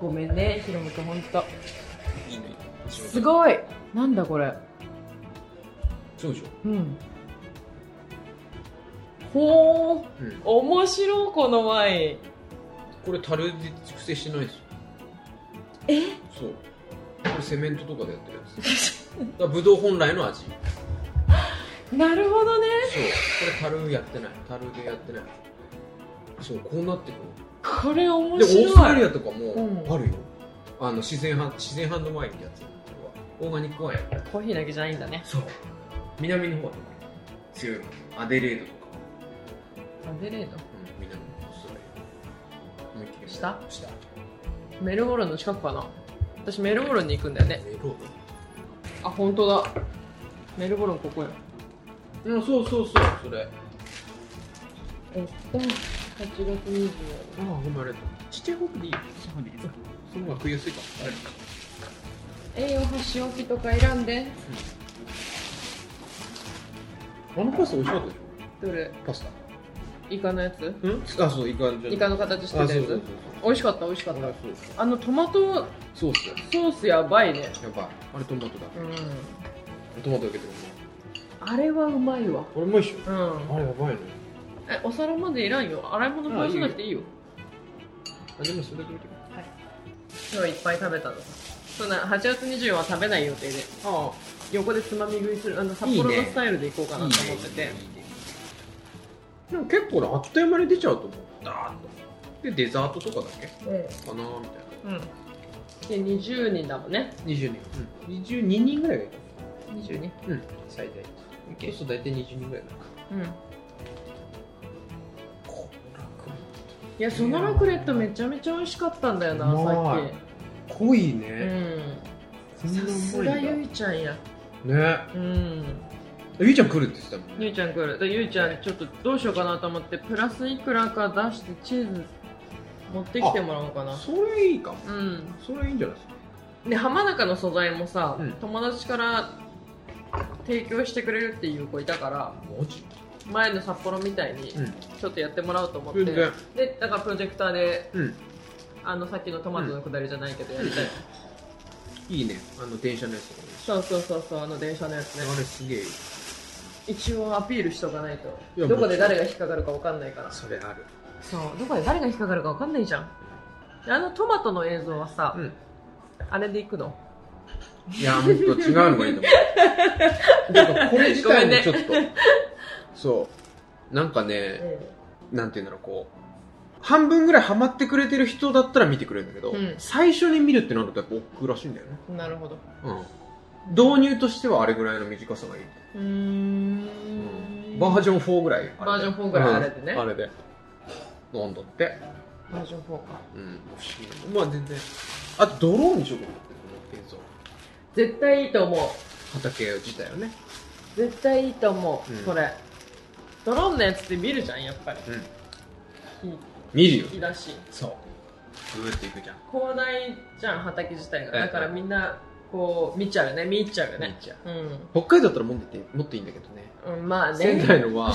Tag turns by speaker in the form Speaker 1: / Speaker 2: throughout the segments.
Speaker 1: ごめんねひろむくんほんと
Speaker 2: いいね
Speaker 1: すごいなんだこれ
Speaker 2: そうでしょ
Speaker 1: うんほー
Speaker 2: うん
Speaker 1: 面白いこのワイン
Speaker 2: これ樽で熟成してないですよ
Speaker 1: え
Speaker 2: そうこれセメントとかでやってるやつだからブドウ本来の味そうこ
Speaker 1: なるほどね
Speaker 2: れ樽やってない樽でやってないそうこうなってくる
Speaker 1: これ面
Speaker 2: でもオーストラ
Speaker 1: 白
Speaker 2: リ
Speaker 1: い
Speaker 2: アとかも
Speaker 1: うん
Speaker 2: あるよ、あの自然ハン自然ハンドワインってやつオーガニックワイン
Speaker 1: コーヒーだけじゃないんだね
Speaker 2: そう南の方は特に強いのアデレードとか、
Speaker 1: アデレード
Speaker 2: うん、南のオーストラリア思いっきり
Speaker 1: 下
Speaker 2: 下
Speaker 1: メルボルンの近くかな私メルボルンに行くんだよね
Speaker 2: メロ
Speaker 1: あ本当だメルボルンここよ
Speaker 2: ーうんそうそうそうそれあ
Speaker 1: えっと8月24
Speaker 2: あ生まれたちっちゃい方でいいその方が食いやすいかあれか
Speaker 1: 栄養箸置きとか選んで
Speaker 2: あのパスタ美味しかったでし
Speaker 1: どれ
Speaker 2: ょパス
Speaker 1: イカのやつ
Speaker 2: タうんあそうイカじゃ
Speaker 1: イカの形して
Speaker 2: あ
Speaker 1: た
Speaker 2: そ
Speaker 1: や
Speaker 2: うそうそう
Speaker 1: つ美味しかった美味しかった
Speaker 2: そうそう
Speaker 1: あのトマト
Speaker 2: そうっすよ
Speaker 1: ソースやばいね
Speaker 2: やばいあれトマトだ
Speaker 1: うん
Speaker 2: トマトだけでも
Speaker 1: あれはうまいわ
Speaker 2: これも一緒
Speaker 1: うん
Speaker 2: あれやばいね
Speaker 1: えお皿までいらんよ洗い物返さなくていいよ
Speaker 2: あでもそれだけ見て
Speaker 1: 今日いっぱい食べたのそんな8月24は食べない予定で
Speaker 2: あ
Speaker 1: 横でつまみ食いするあの札
Speaker 2: いい
Speaker 1: 幌の
Speaker 2: ね
Speaker 1: スタイルで行こうかなと思ってて
Speaker 2: でも結構ねあっという間に出ちゃうと思うダーッとでデザートとかだけかなーみたいな
Speaker 1: うんで20人だもんね
Speaker 2: 20人、うん、22人ぐらいがいいか
Speaker 1: 22
Speaker 2: なうん最大そうすると大体20人ぐらいになるか
Speaker 1: うん
Speaker 2: こ
Speaker 1: いやそのラクレットめちゃめちゃ美味しかったんだよな
Speaker 2: うまい
Speaker 1: さっ
Speaker 2: 濃い
Speaker 1: きう
Speaker 2: ね、
Speaker 1: ん
Speaker 2: こんな
Speaker 1: さ
Speaker 2: うまいんだ
Speaker 1: すがゆいちゃんや
Speaker 2: ね
Speaker 1: うん
Speaker 2: ゆいちゃん来るって言ってたもんね
Speaker 1: ゆいちゃん来るでゆいちゃんちょっとどうしようかなと思ってプラスいくらか出してチーズ持ってきてもらおうかな
Speaker 2: それいいかも
Speaker 1: うん
Speaker 2: それいいんじゃないですか
Speaker 1: で浜中の素材もさ、
Speaker 2: うん
Speaker 1: 友達から提供してくれるっていう子いたから
Speaker 2: マジ
Speaker 1: 前の札幌みたいに
Speaker 2: うん
Speaker 1: ちょっとやってもらおうと思って、
Speaker 2: 全然
Speaker 1: でだからプロジェクターで
Speaker 2: うん
Speaker 1: あのさっきのトマトのくだりじゃないけどやりたい、
Speaker 2: いいねあの電車のやつとかね
Speaker 1: そうそうそうそうあの電車のやつね
Speaker 2: あれすげえいい
Speaker 1: 一応アピールしとかない
Speaker 2: い
Speaker 1: と
Speaker 2: や
Speaker 1: どこ
Speaker 2: も
Speaker 1: で
Speaker 2: ちろん
Speaker 1: 誰が引っかかるかわかんないから
Speaker 2: それある
Speaker 1: そうどこで誰が引っかかるかわかんないじゃんであのトマトの映像はさ、
Speaker 2: うん
Speaker 1: あれでいくの
Speaker 2: いや、もっと違うのがいいと思 う。なんかこれ自体もちょっと、そう。なんかね、なんて言うんだろう、こう、半分ぐらいハマってくれてる人だったら見てくれるんだけど、
Speaker 1: うん
Speaker 2: 最初に見るってなるとやっぱ億劫らしいんだよね。
Speaker 1: うんなるほど
Speaker 2: うん。導入としてはあれぐらいの短さがいい。
Speaker 1: うーん
Speaker 2: バージョン4ぐらい。
Speaker 1: バージョン4ぐらいあれでね
Speaker 2: うんあれで。なんだって。
Speaker 1: バージョン4か
Speaker 2: うん。不思議まあ全然。あと、ドローンにしようかなって、この映像。
Speaker 1: 絶対いいと思う
Speaker 2: 畑自体をね。
Speaker 1: 絶対いいと思う、
Speaker 2: うん
Speaker 1: これドローンのやつって見るじゃんやっぱり
Speaker 2: うん。
Speaker 1: 火
Speaker 2: 見るよ。
Speaker 1: 火だし
Speaker 2: そう。グーっていくじゃん。
Speaker 1: 広大じゃん畑自体が
Speaker 2: はい
Speaker 1: だからみんなこう見ちゃうよね見入っちゃうよ
Speaker 2: めっ
Speaker 1: ね
Speaker 2: ちゃ
Speaker 1: うん、
Speaker 2: 北海道だったらもっといいもっといいんだけどね
Speaker 1: うん、まあね
Speaker 2: 仙台のは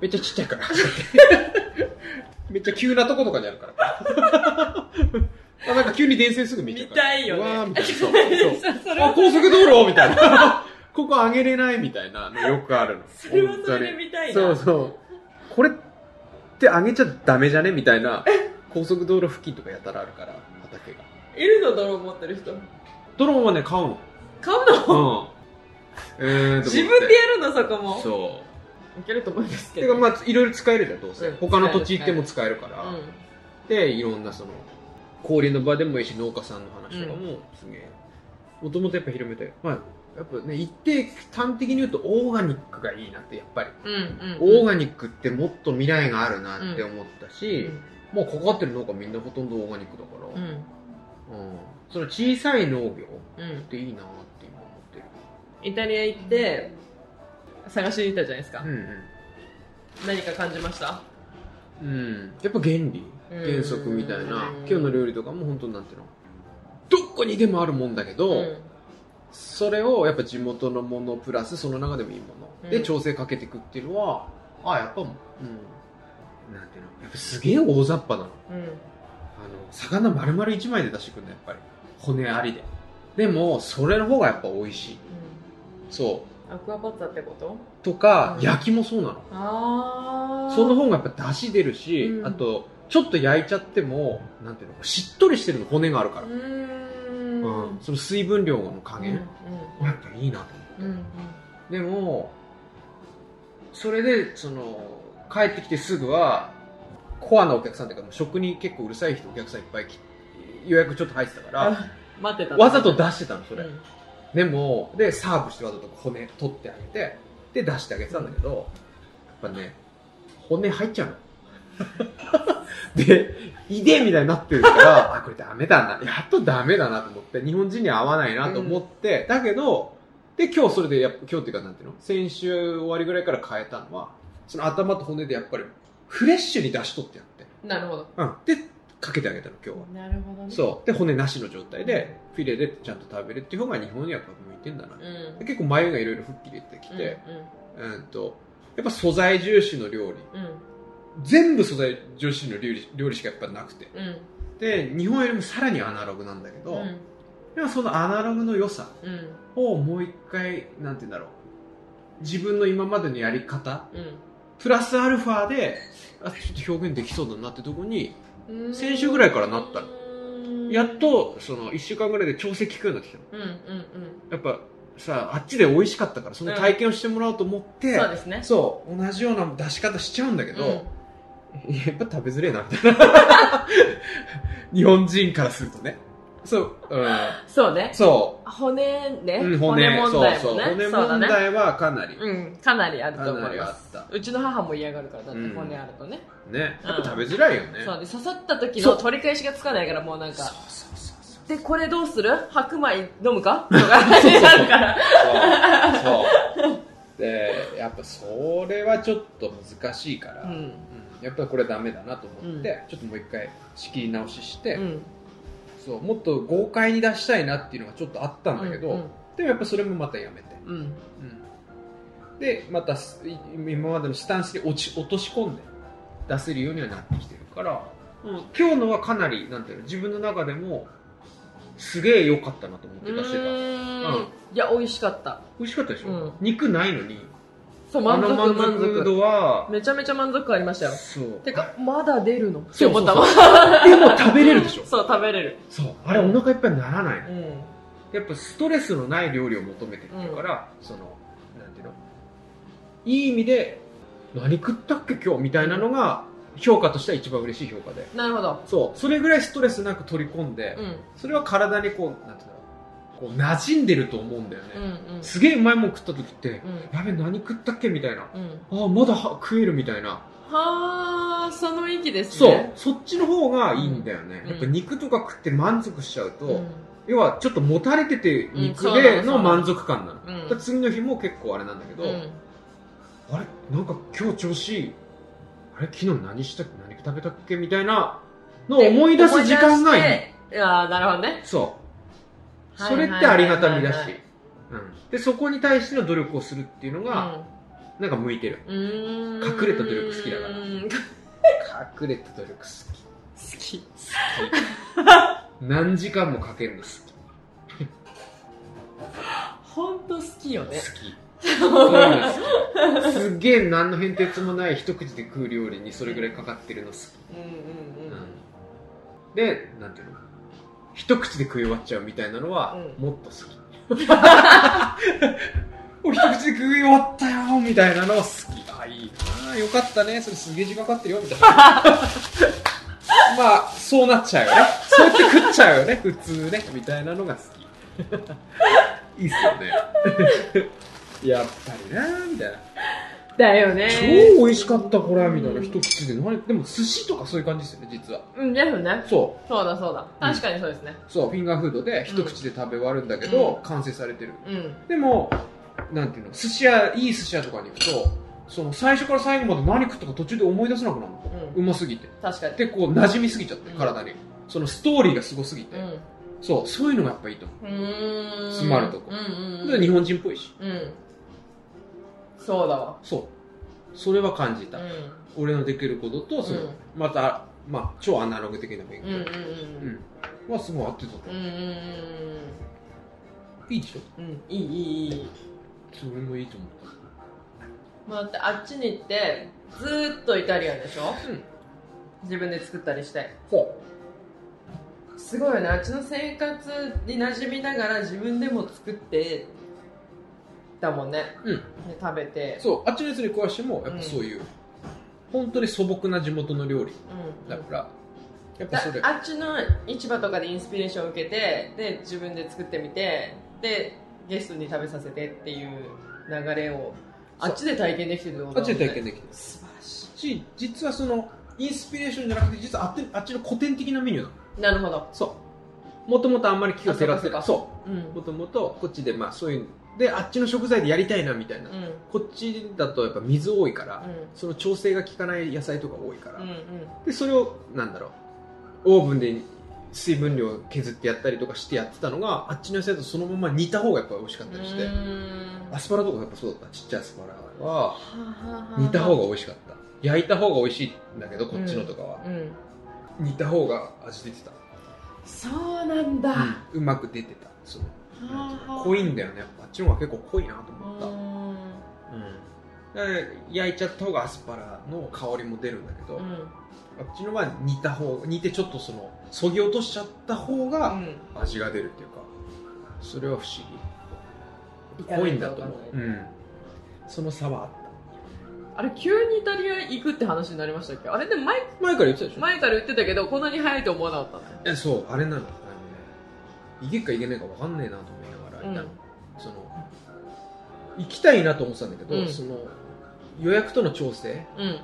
Speaker 2: めっちゃちっちゃ いからめっちゃ急なとことかにあるから あなんか急に電線すぐ見ちゃうから
Speaker 1: 見たいよね
Speaker 2: うわーみたいなそう
Speaker 1: さ そ
Speaker 2: そう
Speaker 1: れ
Speaker 2: あ
Speaker 1: は
Speaker 2: 高速道路みたいな ここ上げれないみたいなのよくあるの
Speaker 1: それはそれで見たいな
Speaker 2: そうそうこれって上げちゃダメじゃねみたいな高速道路付近とかやたらあるから畑が
Speaker 1: いるのドローン持ってる人
Speaker 2: ドローンはね買うの
Speaker 1: 買うの
Speaker 2: うんえーと思って
Speaker 1: 自分でやるのそこも
Speaker 2: そう
Speaker 1: いけると思うんですけ
Speaker 2: てか
Speaker 1: ど
Speaker 2: まあいろいろ使えるじゃんどうせ、
Speaker 1: うん
Speaker 2: 他の土地行っても使えるから、
Speaker 1: う
Speaker 2: でいろんなその交流の場でもいいし農家さんの話とかもすげえもともとやっぱ広めたいまあやっぱね一定端的に言うとオーガニックがいいなってやっぱり、
Speaker 1: んうんうん
Speaker 2: オー
Speaker 1: が
Speaker 2: ガニックってもっと未来があるなって思ったし、もうかかってる農家みんなほとんどオーガニックだから、
Speaker 1: う
Speaker 2: うん
Speaker 1: ん
Speaker 2: その小さい農業
Speaker 1: うん
Speaker 2: っていいなって今思ってる
Speaker 1: イタリア行って探しに行ったじゃないですか、何か感じました
Speaker 2: うんうん、うん、やっぱ原理
Speaker 1: うん
Speaker 2: 原則みたいな
Speaker 1: うん
Speaker 2: 今日の料理とかも本当になんていうのどこにでもあるもんだけど、
Speaker 1: うん
Speaker 2: それをやっぱ地元のものプラスその中でもいいもの
Speaker 1: う
Speaker 2: で
Speaker 1: ん
Speaker 2: 調整かけていくっていうのはあやっぱうんなんていうのやっぱすげえ大雑把なの
Speaker 1: うん
Speaker 2: あの、魚丸々1枚で出してくるの、やっぱり。骨ありで。でも、それの方がやっぱ美味しい。そ
Speaker 1: アクアパッツァってこと
Speaker 2: う。とか、
Speaker 1: うん
Speaker 2: 焼きもそうなの。
Speaker 1: ああ
Speaker 2: その方がやっぱ出汁出るし、
Speaker 1: うん
Speaker 2: あと、ちょっと焼いちゃっても、なんていうの、しっとりしてるの、骨があるから
Speaker 1: う。ーん
Speaker 2: うん。その水分量の加
Speaker 1: うんう
Speaker 2: 減。やっぱいいなと思
Speaker 1: んうんうん
Speaker 2: う。でも、それで、その、帰ってきてすぐは、コアなお客さんっていうか、もう食に結構うるさい人、お客さんいっぱい来予約ちょっと入ってたから、
Speaker 1: あ待ってた
Speaker 2: わざと出してたの、それ。
Speaker 1: うん
Speaker 2: でも、で、サーブしてわざと骨取ってあげて、で、出してあげてたんだけど、やっぱね、骨入っちゃうの。 で、いでみたいになってるから、あ、これダメだな。やっとダメだなと思って、日本人には合わないなと思って、だけど、で、今日それでやっぱ、今日っていうかなんていうの先週終わりぐらいから変えたのは、その頭と骨でやっぱり、フレッシュに出しとってやって。
Speaker 1: なるほど
Speaker 2: うん。で、かけてあげたの、今日は。
Speaker 1: なるほどね
Speaker 2: そう。で、骨なしの状態で、フィレでちゃんと食べるっていう方が日本にはやっぱ向いてんだな。
Speaker 1: うんうん
Speaker 2: で結構眉がいろいろ吹っ切れてきて、
Speaker 1: うん
Speaker 2: うん、と、やっぱ素材重視の料理。
Speaker 1: うん
Speaker 2: 全部素材重視の料理料理しかやっぱなくて。
Speaker 1: うん
Speaker 2: で、日本よりもさらにアナログなんだけど、
Speaker 1: うん
Speaker 2: でもそのアナログの良さ
Speaker 1: うん
Speaker 2: をもう一回、なんて言うんだろう。自分の今までのやり方、
Speaker 1: うん
Speaker 2: プラスアルファで、あ、ちょっと表現できそうだなってとこに、
Speaker 1: うん
Speaker 2: 先週ぐらいからなったの
Speaker 1: うん
Speaker 2: やっと、その、一週間ぐらいで調整効くようになってきたの。
Speaker 1: うんうんうん
Speaker 2: やっぱ、さあ、あっちで美味しかったから、その体験をしてもらおうと思って、
Speaker 1: そうですね
Speaker 2: そう、同じような出し方しちゃうんだけど、やっぱ食べづれえな、みたいな。日本人からするとね。そう、うん。
Speaker 1: うんそうね
Speaker 2: そ
Speaker 1: 骨ね
Speaker 2: う。うん骨、
Speaker 1: 問
Speaker 2: そう
Speaker 1: 題
Speaker 2: そう。
Speaker 1: もね
Speaker 2: 骨
Speaker 1: そうだ
Speaker 2: 問
Speaker 1: ね
Speaker 2: 題はかなり、
Speaker 1: うんかなりある
Speaker 2: か
Speaker 1: と
Speaker 2: な
Speaker 1: 思い
Speaker 2: り
Speaker 1: ま
Speaker 2: あ
Speaker 1: す
Speaker 2: った。
Speaker 1: うちの母も嫌がるからだって
Speaker 2: うん
Speaker 1: 骨あるとね、
Speaker 2: ね。
Speaker 1: うん
Speaker 2: やっぱ食べづらいよね。
Speaker 1: そうで刺さった時
Speaker 2: そ
Speaker 1: の
Speaker 2: う
Speaker 1: 取り返しがつかないからもうなん
Speaker 2: そう
Speaker 1: か
Speaker 2: そうそうそう。
Speaker 1: でこれどうする白米飲むかとかなるから
Speaker 2: そう。そう。で、やっぱそれはちょっと難しいから、
Speaker 1: う
Speaker 2: うん
Speaker 1: ん
Speaker 2: やっぱりこれダメだなと思って、ちょっともう一回仕切り直しして、
Speaker 1: うん
Speaker 2: そうもっと豪快に出したいなっていうのがちょっとあったんだけど、
Speaker 1: うん
Speaker 2: でもやっぱそれもまたやめて、
Speaker 1: うん
Speaker 2: でまたすい今までのスタンスに落ち落とし込んで出せるようにはなってきてるから、うん今日のはかなりなんていうの自分の中でもすげえ良かったなと思って
Speaker 1: う
Speaker 2: 出してた
Speaker 1: ーん
Speaker 2: うん
Speaker 1: いや美味しかった
Speaker 2: 美味しかったでしょ、
Speaker 1: うん
Speaker 2: 肉ないのに
Speaker 1: そう
Speaker 2: あ
Speaker 1: 満
Speaker 2: の
Speaker 1: 足
Speaker 2: 満
Speaker 1: 満
Speaker 2: 足
Speaker 1: 足
Speaker 2: 度は
Speaker 1: めちゃめちゃ満足感ありましたよ
Speaker 2: そう
Speaker 1: てかまだ出るのって
Speaker 2: そう
Speaker 1: 思
Speaker 2: そう
Speaker 1: った
Speaker 2: そ
Speaker 1: わ
Speaker 2: うでも食べれるでしょ
Speaker 1: そう食べれる
Speaker 2: そうあれお腹いっぱいにならないの
Speaker 1: うん
Speaker 2: やっぱストレスのない料理を求めてるから、そのなんていうのいい意味で何食ったっけ今日みたいなのが評価としては一番嬉しい評価で
Speaker 1: なるほど
Speaker 2: そうそれぐらいストレスなく取り込んで、
Speaker 1: うん
Speaker 2: それは体にこうなんていうのこう馴染んでると思うんだよね、
Speaker 1: うんうん
Speaker 2: すげえうまいもん食った時って、
Speaker 1: うん
Speaker 2: やべ何食ったっけみたいな
Speaker 1: うん
Speaker 2: ああまだは食えるみたいな、
Speaker 1: はあその域です
Speaker 2: そう
Speaker 1: ね
Speaker 2: そっちの方がいいんだよね、
Speaker 1: うん
Speaker 2: やっぱ肉とか食って満足しちゃうと、
Speaker 1: ん
Speaker 2: 要はちょっともたれてて肉
Speaker 1: うんそうな
Speaker 2: で
Speaker 1: の
Speaker 2: の満足感なの、
Speaker 1: うん
Speaker 2: だから次の日も結構あれなんだけど、
Speaker 1: うん
Speaker 2: あれなんか今日調子いいあれ昨日何したっけ何食べたっけみたいなのを思い出す時間がいい
Speaker 1: いやなるほどね
Speaker 2: そう
Speaker 1: はい
Speaker 2: そ
Speaker 1: は
Speaker 2: れ
Speaker 1: いは
Speaker 2: っ
Speaker 1: いはい
Speaker 2: てありがたみだしうんでそこに対しての努力をするっていうのが、
Speaker 1: う
Speaker 2: なんか向いてる
Speaker 1: んうーん
Speaker 2: 隠れた努力好きだから
Speaker 1: うん好
Speaker 2: 隠れた努 力好き
Speaker 1: き
Speaker 2: 何時間もかけるの好
Speaker 1: 本当好きよ
Speaker 2: き
Speaker 1: ね
Speaker 2: 好きそういうの好きすっげえ何の変哲もない一口で食う料理にそれぐらいかかってるの好き
Speaker 1: うんうんうん
Speaker 2: でなんていうの一口で食い終わっちゃうみたいなのは、
Speaker 1: う
Speaker 2: もっと好き 俺一口で食い終わったよみたいなのは好きあいいなあよかったねそれすげえ時間かかってるよみたいな まあそうなっちゃうよねそうやって食っちゃうよね普通ねみたいなのが好きいいっすよね やっぱりなあみたいな
Speaker 1: だよね
Speaker 2: 超美味しかったこれみたいな
Speaker 1: うん
Speaker 2: 一口で何でも寿司とかそういう感じですよね実は
Speaker 1: うんですよね
Speaker 2: そう
Speaker 1: そうだそうだ確かにそうですね
Speaker 2: そうフィンガーフードで一口で食べ終わるんだけど、
Speaker 1: うん
Speaker 2: 完成されてる
Speaker 1: うん
Speaker 2: でもなんていうの寿司屋いい寿司屋とかに行くとその最初から最後まで何食ったか途中で思い出せなくなるの
Speaker 1: う
Speaker 2: うんますぎて
Speaker 1: 確かに
Speaker 2: でこう馴染みすぎちゃって
Speaker 1: うん
Speaker 2: 体に、そのストーリーがすごすぎて、
Speaker 1: うん
Speaker 2: そうそういうのがやっぱいいと思
Speaker 1: うーん
Speaker 2: 詰まるとこ
Speaker 1: うんうんう
Speaker 2: う、
Speaker 1: ん
Speaker 2: で日本人っぽいし
Speaker 1: うんそうだわ
Speaker 2: そうそれは感じ
Speaker 1: う
Speaker 2: た、
Speaker 1: ん
Speaker 2: 俺のできることとその、
Speaker 1: うん
Speaker 2: またまあ、超アナログ的な勉
Speaker 1: うんうん
Speaker 2: 強、うんはすごい合ってたと
Speaker 1: うんう
Speaker 2: 思う、
Speaker 1: ん
Speaker 2: いいでしょ
Speaker 1: うんうんいいいいいい
Speaker 2: それもいいと思っ
Speaker 1: まあ、だってあっちに行ってずーっとイタリアンでしょ
Speaker 2: たうん
Speaker 1: 自分で作ったりして
Speaker 2: そ
Speaker 1: すごいよねあっちの生活に馴染みながら自分でも作ってだもんね、
Speaker 2: うん
Speaker 1: ね食べて
Speaker 2: うそうあっちのやつに食わしてもやっぱそういう、本当に素朴な地元の料
Speaker 1: う
Speaker 2: 理
Speaker 1: ん
Speaker 2: だから、やっぱ
Speaker 1: だ
Speaker 2: それ
Speaker 1: あっちの市場とかでインスピレーションを受けてで自分で作ってみてでゲストに食べさせてっていう流れをあっちで体験できてるってこと
Speaker 2: あっ
Speaker 1: だ
Speaker 2: ち
Speaker 1: もん
Speaker 2: で
Speaker 1: ね
Speaker 2: 体験できてる
Speaker 1: 素晴らし
Speaker 2: し実はそのインスピレーションじゃなくて実はあっちあっちの古典的なメニューな
Speaker 1: い
Speaker 2: の
Speaker 1: なるほど、
Speaker 2: そうもともとあんまり気を照らせ
Speaker 1: あ
Speaker 2: た
Speaker 1: そう
Speaker 2: そうも
Speaker 1: ん
Speaker 2: ともとこっちでまあそういうであっちの食材でやりたいなみたいな、
Speaker 1: うん
Speaker 2: こっちだとやっぱ水多いから、
Speaker 1: うん
Speaker 2: その調整が効かない野菜とか多いから、
Speaker 1: うん
Speaker 2: でそれをなんだろうオーブンで水分量削ってやったりとかしてやってたのがあっちの野菜だとそのまま煮た方がやっぱ美味しかっ
Speaker 1: う
Speaker 2: た
Speaker 1: ん
Speaker 2: りして、
Speaker 1: うーん
Speaker 2: アスパラとかやっぱそうだったちっちゃいアスパラは
Speaker 1: は
Speaker 2: 煮た方
Speaker 1: が
Speaker 2: が美味しかった焼いた方が美味しいんだけどこっちのとかは、
Speaker 1: うん
Speaker 2: 煮た方が味出てた、
Speaker 1: そうなんだ、は
Speaker 2: うんうまく出てたその
Speaker 1: あはあ
Speaker 2: 濃いんだよねやっぱあっちの方が結構濃いなと
Speaker 1: う
Speaker 2: 思った、
Speaker 1: ん
Speaker 2: うん、で焼いちゃった方がアスパラの香りも出るんだけど、
Speaker 1: う
Speaker 2: あ
Speaker 1: ん
Speaker 2: っちのは煮た方煮てちょっとそのそぎ落としちゃった方
Speaker 1: う
Speaker 2: が
Speaker 1: ん
Speaker 2: 味が出るっていうかそれは不思議
Speaker 1: や
Speaker 2: 濃いんだと
Speaker 1: わ
Speaker 2: 思
Speaker 1: か
Speaker 2: う、うん、その差はあっ
Speaker 1: あれ急にイタリア行くって話になりましたっけあれでも前
Speaker 2: た前から言ってたでしょ
Speaker 1: 前から言ってたけどこんなに早いと思わなかったね
Speaker 2: えそうあれなのあのね行けっか行けないか分かんねえなと思いなが
Speaker 1: うん
Speaker 2: ら、いたのその行きたいなと思ってたんだけど、
Speaker 1: うん
Speaker 2: その予約との調整
Speaker 1: うん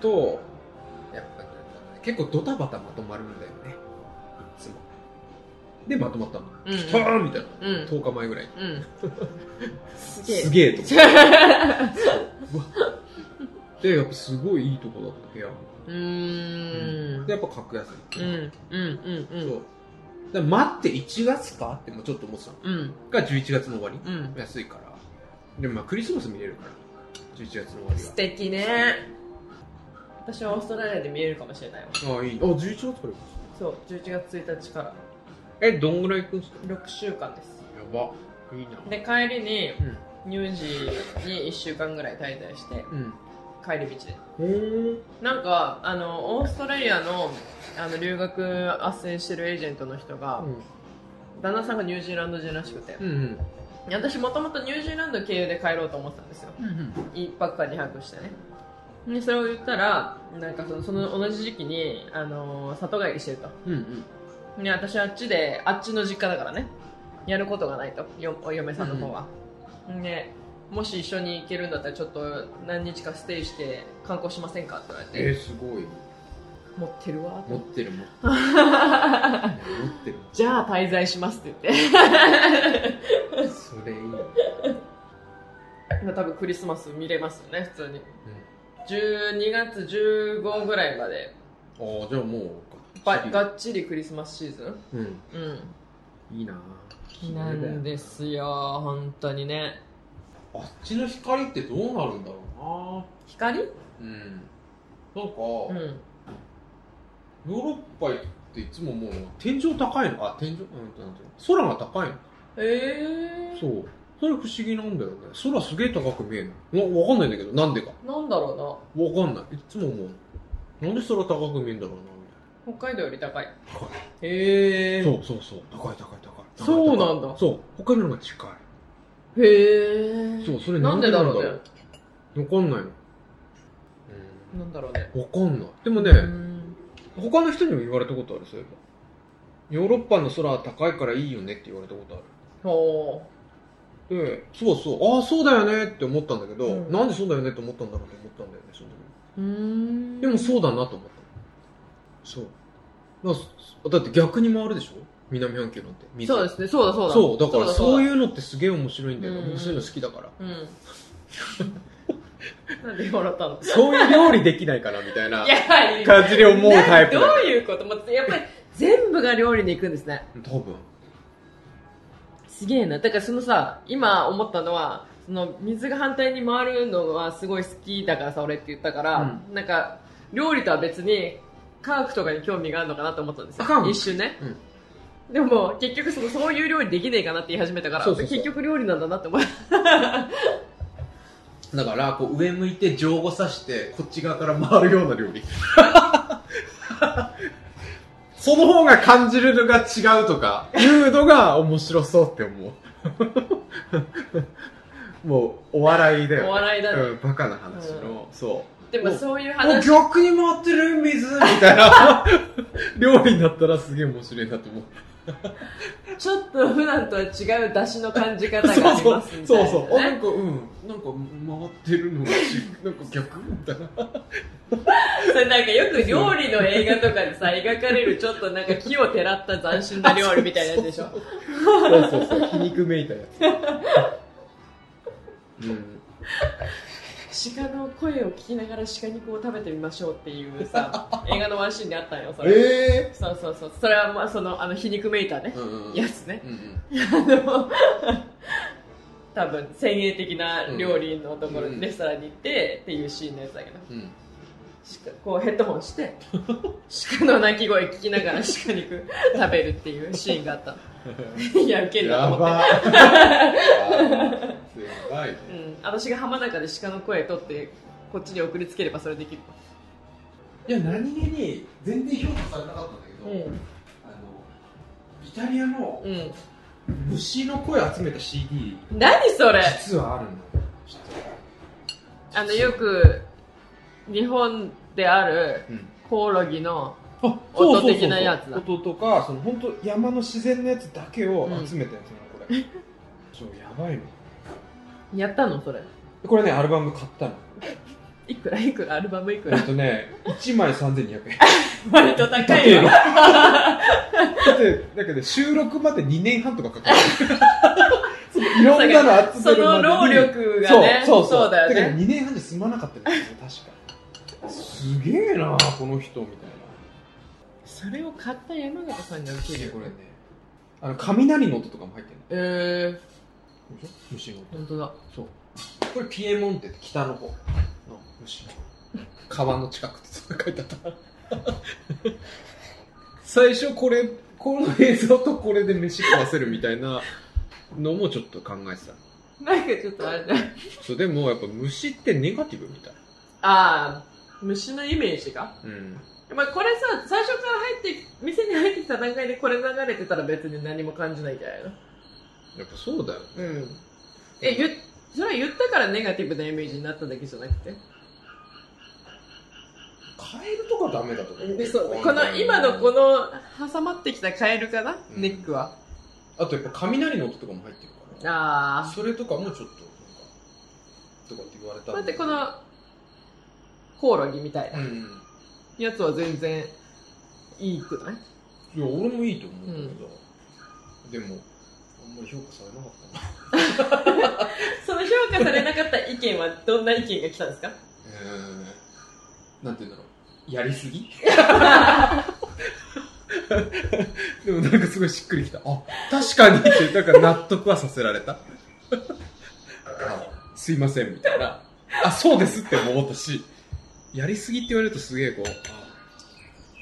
Speaker 2: とやっぱなんだろうね結構ドタバタまとまるんだよねいつもでまとまったの
Speaker 1: うん
Speaker 2: 来たーみたいな
Speaker 1: うん
Speaker 2: 10日前ぐらいに
Speaker 1: うんすげえ
Speaker 2: すげえと思ってそううわでやっぱすごいいいとこだった部屋も
Speaker 1: うーん
Speaker 2: でやっぱ格安
Speaker 1: うんうんうんう
Speaker 2: そ
Speaker 1: ん
Speaker 2: うだから待って1月かってもちょっと思ってたの
Speaker 1: うん
Speaker 2: が11月の終わり
Speaker 1: うん
Speaker 2: 安いからでもまあクリスマス見れるから11月の終わ
Speaker 1: 素敵ね私はオーストラリアで見えるかもしれないわ
Speaker 2: りはああいいあ11月から行く
Speaker 1: そう11月1日から
Speaker 2: えどんぐらい行くんですか
Speaker 1: 6週間です
Speaker 2: やばいいな
Speaker 1: で帰りに
Speaker 2: うん
Speaker 1: 乳児に1週間ぐらい滞在して
Speaker 2: うん
Speaker 1: 帰り道で
Speaker 2: へー
Speaker 1: なんかあのオーストラリアのあの留学斡旋してるエージェントの人が、旦那さんがニュージーランド人らしくて、
Speaker 2: うんうん
Speaker 1: 私もともとニュージーランド経由で帰ろうと思ってたんですよ
Speaker 2: うんうん
Speaker 1: 1泊か2泊してねでそれを言ったらなんかそのその同じ時期に、あのー里帰りしてると
Speaker 2: うんうん
Speaker 1: ね、私あっちであっちの実家だからねやることがないとよお嫁さんの方は、ねもし一緒に行けるんだったらちょっと何日かステイして観光しませんかって言われて
Speaker 2: えー、すごい
Speaker 1: 持ってるわ
Speaker 2: 持ってる持ってる持ってる
Speaker 1: じゃあ滞在しますって言って
Speaker 2: それいいね
Speaker 1: 今多分クリスマス見れますよね普通に12月15ぐらいまで
Speaker 2: ああじゃあもう
Speaker 1: ば
Speaker 2: チリ
Speaker 1: がっちりクリスマスシーズ
Speaker 2: うん
Speaker 1: ン
Speaker 2: いいな
Speaker 1: うんなんですよ本当にね
Speaker 2: あっちの光ってどうなるんだろうな
Speaker 1: 光
Speaker 2: うんなんか、
Speaker 1: うん
Speaker 2: ヨーロッパっていつももう天井高いのあ天井うんなんていうの空が高いの
Speaker 1: ええー、
Speaker 2: そうそれ不思議なんだよね空すげえ高く見えるのわかんないんだけどなんでか
Speaker 1: なんだろ
Speaker 2: わかんないいつももうなんで空高く見えるんだろうな
Speaker 1: うな北海道より高い
Speaker 2: みたいな高い
Speaker 1: へえ
Speaker 2: そうそうそう高い高い高い高い
Speaker 1: そうなんだ
Speaker 2: 高いそう他ののが近い
Speaker 1: へえ
Speaker 2: そうそれ
Speaker 1: なんでだろうね
Speaker 2: わかんないの
Speaker 1: なんだろうね
Speaker 2: うんわかんないでもね、
Speaker 1: うん
Speaker 2: 他の人にも言われたことあるそういえばヨーロッパの空は高いからいいよねって言われたことある
Speaker 1: ほ
Speaker 2: でそうそうああそうだよねって思ったんだけど、
Speaker 1: うん
Speaker 2: なんでそうだよねって思ったんだろうと思ったんだよねその時
Speaker 1: ううん
Speaker 2: でもそうだなと思ったそうだからだって逆に回るでしょ南半球なんて水
Speaker 1: そうですねそうだそうだ
Speaker 2: そうだからそう
Speaker 1: う
Speaker 2: いうのってすげえ面白いんだよ、ね
Speaker 1: うん
Speaker 2: 僕そういうの好きだから
Speaker 1: だうん なんで笑ったの
Speaker 2: そういう料理できないかなみたいない
Speaker 1: やいや
Speaker 2: 感じで思うタイプ
Speaker 1: ど
Speaker 2: だ
Speaker 1: ういうこともうやっぱり全部が料理に行くんですね
Speaker 2: 多分
Speaker 1: すげえなだからそのさ今思ったのはその水が反対に回るのはすごい好きだからさ俺って言ったから、なんか料理とは別に科学とかに興味があるのかなと思ったんですよ
Speaker 2: あかん
Speaker 1: 一瞬ね、でも結局そのそういう料理できねえかなって言い始めたから
Speaker 2: そうそうそう
Speaker 1: 結局料理なんだなって思い
Speaker 2: だからこう上向いて上後さしてこっち側から回るような料 理その方が感じるのが違うとかいうのが面白そう って思うもうお笑いだよ、
Speaker 1: お笑いだね
Speaker 2: うん、バカな話の、そう
Speaker 1: でもそういう
Speaker 2: お
Speaker 1: 話
Speaker 2: 逆に回ってる水みたいな 料理になったらすげえ面白いなと思う
Speaker 1: ちょっと普段とは違う出汁の感じ方
Speaker 2: そう
Speaker 1: があり
Speaker 2: そう
Speaker 1: ますみたい
Speaker 2: そ
Speaker 1: な、
Speaker 2: う
Speaker 1: ね、
Speaker 2: そうあなんかうんなんか回ってるのがちなんか逆みたいな
Speaker 1: それなんかよく料理の映画とかでさ描かれるちょっとなんか木をてらった斬新な料理みたいなやつでしょ
Speaker 2: そうそうそう、皮肉めいたやつ。うん、
Speaker 1: 鹿の声を聞きながら鹿肉を食べてみましょうっていう さ映画のワンシーンであったんよそれ、
Speaker 2: え
Speaker 1: そうそうそうそれはまあそのあの皮肉めいたね
Speaker 2: ー、、うんうん、
Speaker 1: やつね
Speaker 2: うんうん、
Speaker 1: あの 多分先鋭的な料理のところ
Speaker 2: う
Speaker 1: に
Speaker 2: ん
Speaker 1: レストランに行ってっていうシーンのやつだけど
Speaker 2: うん、
Speaker 1: 鹿こうヘッドホンして 鹿の鳴き声聞きながら鹿肉食べるっていうシーンがあ ったのいやウケるな
Speaker 2: や
Speaker 1: と思って
Speaker 2: ば。やばいね。
Speaker 1: うん、私が浜中で鹿の声取ってこっちに送りつければそれできる、
Speaker 2: いや、何気に全然評価されなかったんだけど、
Speaker 1: う
Speaker 2: あのイタリアの
Speaker 1: んうん、
Speaker 2: 虫の声集めた CD
Speaker 1: 何それ
Speaker 2: 実はあるんだよ。ちょっと
Speaker 1: あのよ、く日本である
Speaker 2: うん、
Speaker 1: コオロギの
Speaker 2: あ
Speaker 1: そうそうそうそう音的なやつだ
Speaker 2: 音とかその本当山の自然のやつだけを集めたやつなの、これ。そうやばいの。
Speaker 1: やったのそれ
Speaker 2: これね、アルバム買ったの。
Speaker 1: いくらいくらアルバムいく
Speaker 2: え
Speaker 1: ら
Speaker 2: っとね、1枚3200円。
Speaker 1: 割と高いよ
Speaker 2: だって、だけど収録まで2年半とかか かる。そのいろんなの集め
Speaker 1: そ
Speaker 2: るま
Speaker 1: の
Speaker 2: でに
Speaker 1: 労力がね
Speaker 2: そうそうそう
Speaker 1: だよ
Speaker 2: から
Speaker 1: ね
Speaker 2: 2年半じゃ済まなかったんですよ、確か。すげえなこの人、みたいな。
Speaker 1: それを買った山形さんがウケるよ
Speaker 2: これね。あの、雷の音とかも入ってる
Speaker 1: えー、
Speaker 2: の。でしょ虫の音。
Speaker 1: 本当だ
Speaker 2: そう。これピエモンテって北の方の虫の川の近くってそれ書いてあった。 最初これ、この映像とこれで飯食わせるみたいなのもちょっと考えてた。
Speaker 1: なんかちょっとあれだ
Speaker 2: そう、でもやっぱ虫ってネガティブみたい。
Speaker 1: ああ虫のイメージが
Speaker 2: うん。
Speaker 1: まあ、これさ最初から入って店に入ってきた段階でこれ流れてたら別に何も感じないんじゃないの
Speaker 2: やっぱそうだよ。
Speaker 1: うんえ言っそれは言ったからネガティブなイメージになっただけじゃなくて
Speaker 2: カエルとかダメだと思う。
Speaker 1: でそうこの今のこの挟まってきたカエルかな、
Speaker 2: うん
Speaker 1: ネックは
Speaker 2: あとやっぱ雷の音とかも入ってるから。
Speaker 1: あ
Speaker 2: それとかもちょっと、なんか、とかって言われた
Speaker 1: あだ
Speaker 2: んだ
Speaker 1: っ
Speaker 2: け
Speaker 1: て
Speaker 2: ど
Speaker 1: このコオロギみたいな
Speaker 2: うん。
Speaker 1: やつは全然いいくない
Speaker 2: いや、俺もいいと思うんだけど、でも、あんまり評価されなかったな。
Speaker 1: その評価されなかった意見はどんな意見が来たんですか
Speaker 2: えー、なんて言うんだろう。やりすぎでもなんかすごいしっくりきた。あ、確かにって、なんか納得はさせられた。 あすいません、みたいな。あ、そうですって思ったし、やりすぎって言われるとすげえこう、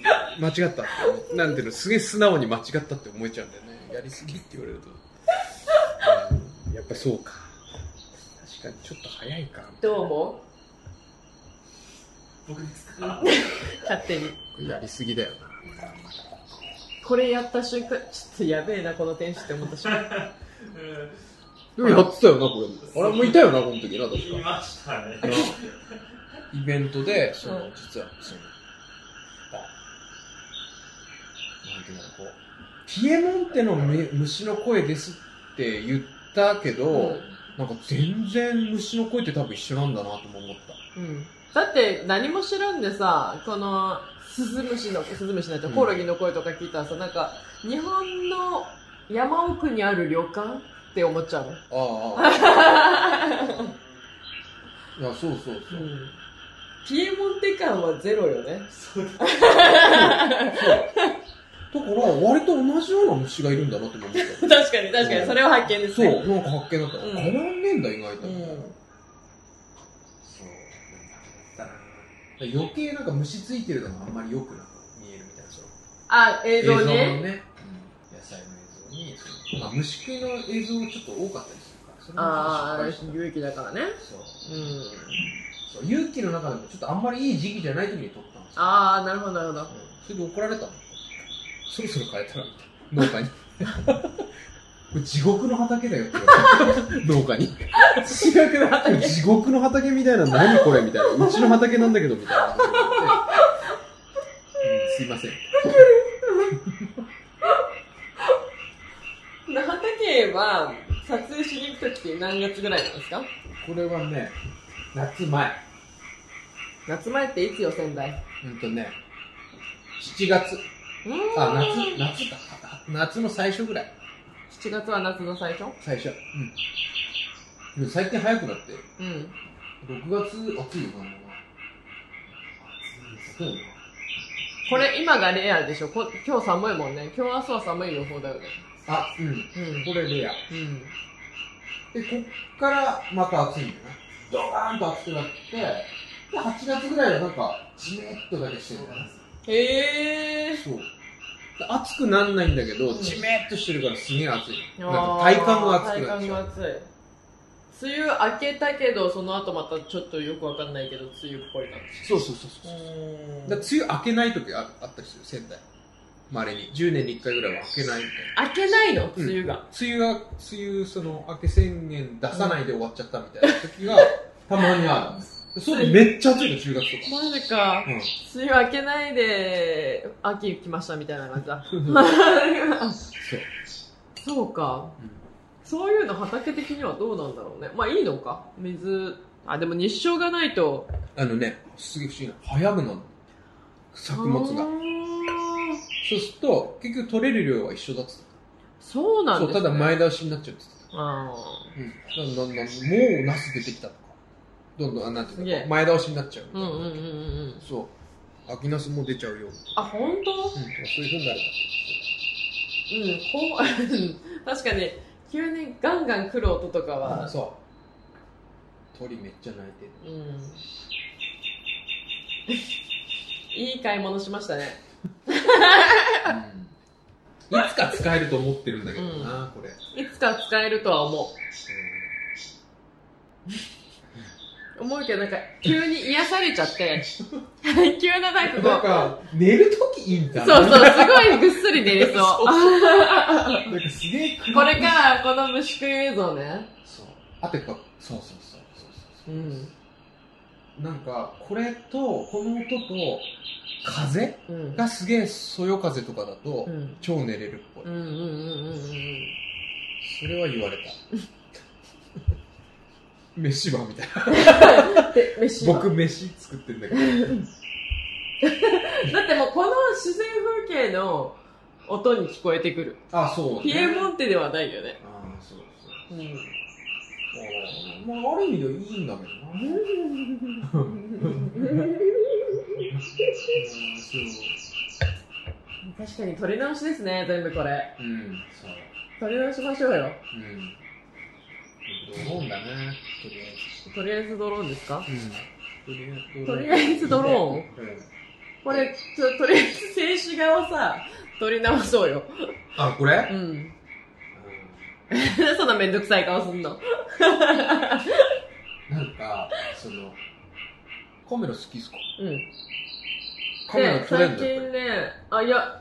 Speaker 2: あ間違ったって思う。なんていうの、すげえ素直に間違ったって思えちゃうんだよね。やりすぎって言われると。うんやっぱそうか。確かに、ちょっと早いか。
Speaker 1: どう思
Speaker 2: 僕です か
Speaker 1: う勝手に
Speaker 2: やりすぎだよ
Speaker 1: これやった瞬間ちょっとやべえなこの天使って思った瞬間
Speaker 2: な。でもやってたよな、これ。あれもいたよな、この時な、確
Speaker 3: 言い
Speaker 2: か。
Speaker 3: ましたね。
Speaker 2: イベントで、その、
Speaker 1: うん
Speaker 2: 実は、その、なんていうんだろう、こう、ピエモンテのめ虫の声ですって言ったけど、
Speaker 1: うん
Speaker 2: なんか全然虫の声って多分一緒なんだなとも思った。
Speaker 1: うんだって何も知らんでさこのスズムシのスズムシなんて
Speaker 2: うん
Speaker 1: コオロギの声とか聞いたらさ、なんか日本の山奥にある旅館って思っちゃうの、
Speaker 2: あ あ。いや、そうそうそうう。
Speaker 1: ん、ピエモンテ感はゼロよね
Speaker 2: だから、割と同じような虫がいるんだなとも思った。
Speaker 1: 確かに確かにそれは発見です
Speaker 2: そう、
Speaker 1: ね
Speaker 2: なんか発見だった。
Speaker 1: うん
Speaker 2: 変わんねえんだ、意外と。
Speaker 1: うん
Speaker 2: そう、なんかだな。余計なんか虫ついてるのもあんまり良くなかっ
Speaker 1: あ、映像
Speaker 2: の
Speaker 1: ね。
Speaker 2: ね、野菜の映像に、そのまあ、虫食いの映像ちょっと多かったりするから、そ
Speaker 1: あ
Speaker 2: れもちょっと失敗
Speaker 1: あ、有益だからね。
Speaker 2: した。そ
Speaker 1: う
Speaker 2: う
Speaker 1: ん。
Speaker 2: そう勇気の中でもちょっとあんまりいい時期じゃない時に撮ったんですよ
Speaker 1: ああ、なるほど、なるほど。
Speaker 2: それで怒られたのそろそろ変えたらみ たいな農家にこれ地獄の畑だよって言わ れた農家に
Speaker 1: 主役の
Speaker 2: これ地獄の畑みたいな何これみたいなうちの畑なんだけどみたいなこと 言われて、うん、すいません
Speaker 1: 畑は、撮影しに行くときって何月ぐらいなんですか
Speaker 2: これはね夏前
Speaker 1: 夏前っていつよ、仙台。
Speaker 2: うんとね7月あ夏夏か夏の最初ぐらい
Speaker 1: 夏。7月は夏の最初
Speaker 2: 最初うんでも最近早くなって
Speaker 1: うん。
Speaker 2: 6月暑いよなもう暑いよな
Speaker 1: これ今がレアでしょこ今日寒いもんね。今日明日は寒い予報だよね。
Speaker 2: あ、うん。
Speaker 1: うん。
Speaker 2: これレア。
Speaker 1: うん。
Speaker 2: で、こっからまた暑いんだよね。ドカーンと暑くなって、で、8月ぐらいはなんか、じめっとだけしてるんだよね。
Speaker 1: へえ。
Speaker 2: そう。で暑くなんないんだけど、
Speaker 1: うん
Speaker 2: じめっとしてるからすげえ暑い。
Speaker 1: ー。
Speaker 2: なんか体感が暑くなっ
Speaker 1: 体感
Speaker 2: ち
Speaker 1: が
Speaker 2: ゃう。
Speaker 1: 暑い。梅雨明けたけど、その後またちょっとよくわかんないけど、梅雨っぽい感
Speaker 2: そうそうそうそう。
Speaker 1: じ。
Speaker 2: だから梅雨明けない時ああったりする、仙台。まれに。10年に1回ぐらいは明けないみたいな。
Speaker 1: 明けないの梅雨が。
Speaker 2: 梅雨が、梅雨、その、明け宣言出さないで終わっちゃったみたいな時 が、たまにある。そうでめっちゃ暑いの、中学とか。
Speaker 1: マジか。
Speaker 2: うん
Speaker 1: 梅雨明けないで、秋来ましたみたいな感じだ。
Speaker 2: そう。
Speaker 1: そうか。そういうの畑的にはどうなんだろうね。まあいいのか。水。あ、でも日照がないと。
Speaker 2: あのね、すげえ不思議な。早くなるの。作物
Speaker 1: あ
Speaker 2: が。
Speaker 1: ー
Speaker 2: そうすると、結局取れる量は一緒だっつって
Speaker 1: そう
Speaker 2: た。
Speaker 1: なん
Speaker 2: そ
Speaker 1: で
Speaker 2: う、
Speaker 1: す、ね、
Speaker 2: ただ前倒しになっちゃうっつって
Speaker 1: あ
Speaker 2: た。うん。なんなんなんもうナス出てきたとか。どんどん、あ、なんていう
Speaker 1: すげえ
Speaker 2: の前倒しになっちゃうみ
Speaker 1: ーう
Speaker 2: た
Speaker 1: んう
Speaker 2: いな。
Speaker 1: んうんうんうん。
Speaker 2: そう。秋ナスも出ちゃうよ。うん。
Speaker 1: あ、本当うん、こ
Speaker 2: そういうふうにな
Speaker 1: う、
Speaker 2: る
Speaker 1: 確かに、急にガンガン来る音とかは、
Speaker 2: そう。鳥めっちゃ鳴いてる。
Speaker 1: うん。いい買い物しましたね。
Speaker 2: うん。いつか使えると思ってるんだけどな、これ。
Speaker 1: いつか使えるとは思う。思うけど、なんか、急に癒されちゃって、 急ななんかこう、
Speaker 2: なんか、寝るときいいん
Speaker 1: そ
Speaker 2: だ
Speaker 1: う
Speaker 2: な。
Speaker 1: そう、すごいぐっすり寝れ そう。
Speaker 2: なんかすげえ暗い
Speaker 1: これからこの虫食い映像ね。
Speaker 2: そう。あとやっぱ、そうそうそうそうそうう、
Speaker 1: ん。
Speaker 2: なんか、これと、この音と、風
Speaker 1: うん。
Speaker 2: がすげえそよ風とかだと、
Speaker 1: うん。
Speaker 2: 超寝れるっぽい、
Speaker 1: うんうんうんうんうんうん。
Speaker 2: それは言 われた。飯はみたいな。
Speaker 1: で、飯は
Speaker 2: 僕、飯作ってんだけど。
Speaker 1: だってもうこの自然風景の音に聞こえてくる。
Speaker 2: あ、そう、
Speaker 1: ピエモンテではないよね。
Speaker 2: あ、そうそう
Speaker 1: うん。
Speaker 2: あー。まあ、ある意味ではいいんだけどな。うんそう。
Speaker 1: 確かに撮り直しですね、全部これ。
Speaker 2: うん、そう。
Speaker 1: 撮り直しましょうよ。
Speaker 2: うん。思うんだね、とりあえず。
Speaker 1: とりあえずドローンですか
Speaker 2: うん
Speaker 1: とりあえずドロ
Speaker 2: ーン、
Speaker 1: これ、ちょとりあえず静止画をさ、撮り直そうよ。
Speaker 2: あこれ、
Speaker 1: うん。そんなめんどくさい顔すんの。
Speaker 2: なんかそのカメラ好きっすか
Speaker 1: うん。
Speaker 2: カメラ
Speaker 1: で
Speaker 2: 撮れ
Speaker 1: 最
Speaker 2: るんだよ
Speaker 1: 近ねあいや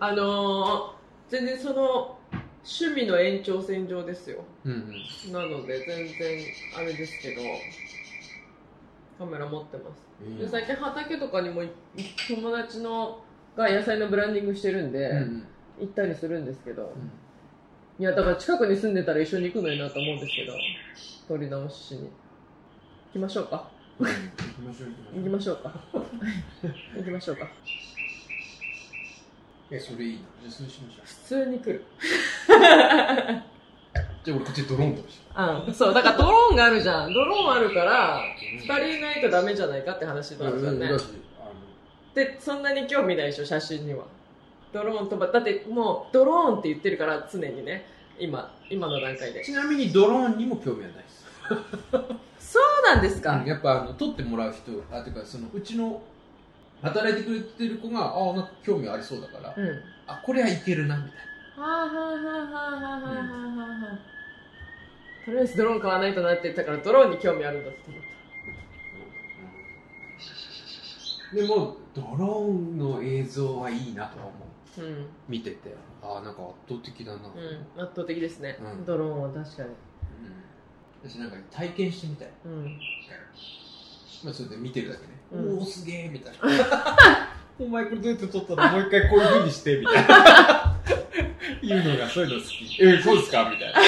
Speaker 1: あのー、全然その趣味の延長線上ですよ
Speaker 2: うんうん
Speaker 1: なので全然あれですけどカメラ持ってます
Speaker 2: うん
Speaker 1: で最近畑とかにもい友達のが野菜のブランディングしてるんで、
Speaker 2: うんうん
Speaker 1: 行ったりするんですけどいやだから近くに住んでたら一緒に行くのになと思うんですけど撮り直しに行きましょうか
Speaker 2: うん行きましょう行
Speaker 1: 行
Speaker 2: き
Speaker 1: き
Speaker 2: まし
Speaker 1: ましょ
Speaker 2: ょう
Speaker 1: う か行きましょうか
Speaker 2: えそれいいなじゃあそうしましょう
Speaker 1: 普通に来る
Speaker 2: じゃあ俺こっちドローン撮るし
Speaker 1: うん、そう、だからドローンがあるじゃん。ドローンあるから、二人いないとダメじゃないかって話
Speaker 2: う
Speaker 1: なん
Speaker 2: ん
Speaker 1: だよ
Speaker 2: うん
Speaker 1: ね
Speaker 2: だ。しあ
Speaker 1: で、そんなに興味ないでしょ、写真には。ドローン飛ば、だってもうドローンって言ってるから、常にね。今、今の段階
Speaker 2: の
Speaker 1: で。
Speaker 2: ちなみにドローンにも興味はないです
Speaker 1: そうなんです
Speaker 2: う
Speaker 1: か
Speaker 2: ん、やっぱあの撮ってもらう人あてかそのうちの働いてくれてる子が、ああ、なんか興味ありそうだから、
Speaker 1: うん。
Speaker 2: あ、これはいけるな、みたい
Speaker 1: はあはあはあはあはあはあはあはあ。とりあえずドローン買わないとなって言ったから、ドローンに興味あるんだって思っ
Speaker 2: な。でも、ドローンの映像はいいなとは思う。
Speaker 1: た。うん。
Speaker 2: 見てて。ああ、なんか圧倒的だな。うん
Speaker 1: うん。圧倒的ですね。
Speaker 2: うん
Speaker 1: ドローンは確かに。
Speaker 2: 私なんか体験してみたい。
Speaker 1: うん。
Speaker 2: まあ、それで見てるだけね。
Speaker 1: うん
Speaker 2: おお、すげえみたいな。 お前これどうやって撮ったのもう一回こういう風にして、みたいな。 言うのが、そういうの好き。え、そうですかみたいな。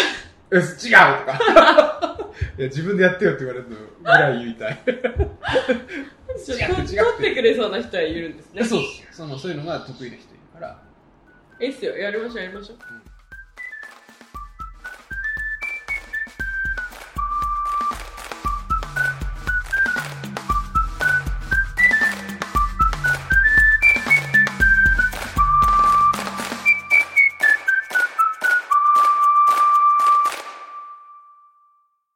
Speaker 2: え、違うとか。いや、自分でやってよって言われるのぐらい言い たい。
Speaker 1: ちょ
Speaker 2: 違う違う
Speaker 1: 取ってくれそうな人はいるんですね。
Speaker 2: そうです。その、そういうのが得意な人いるから。
Speaker 1: いいっすよ。やりましょう、やりましょう。
Speaker 2: うん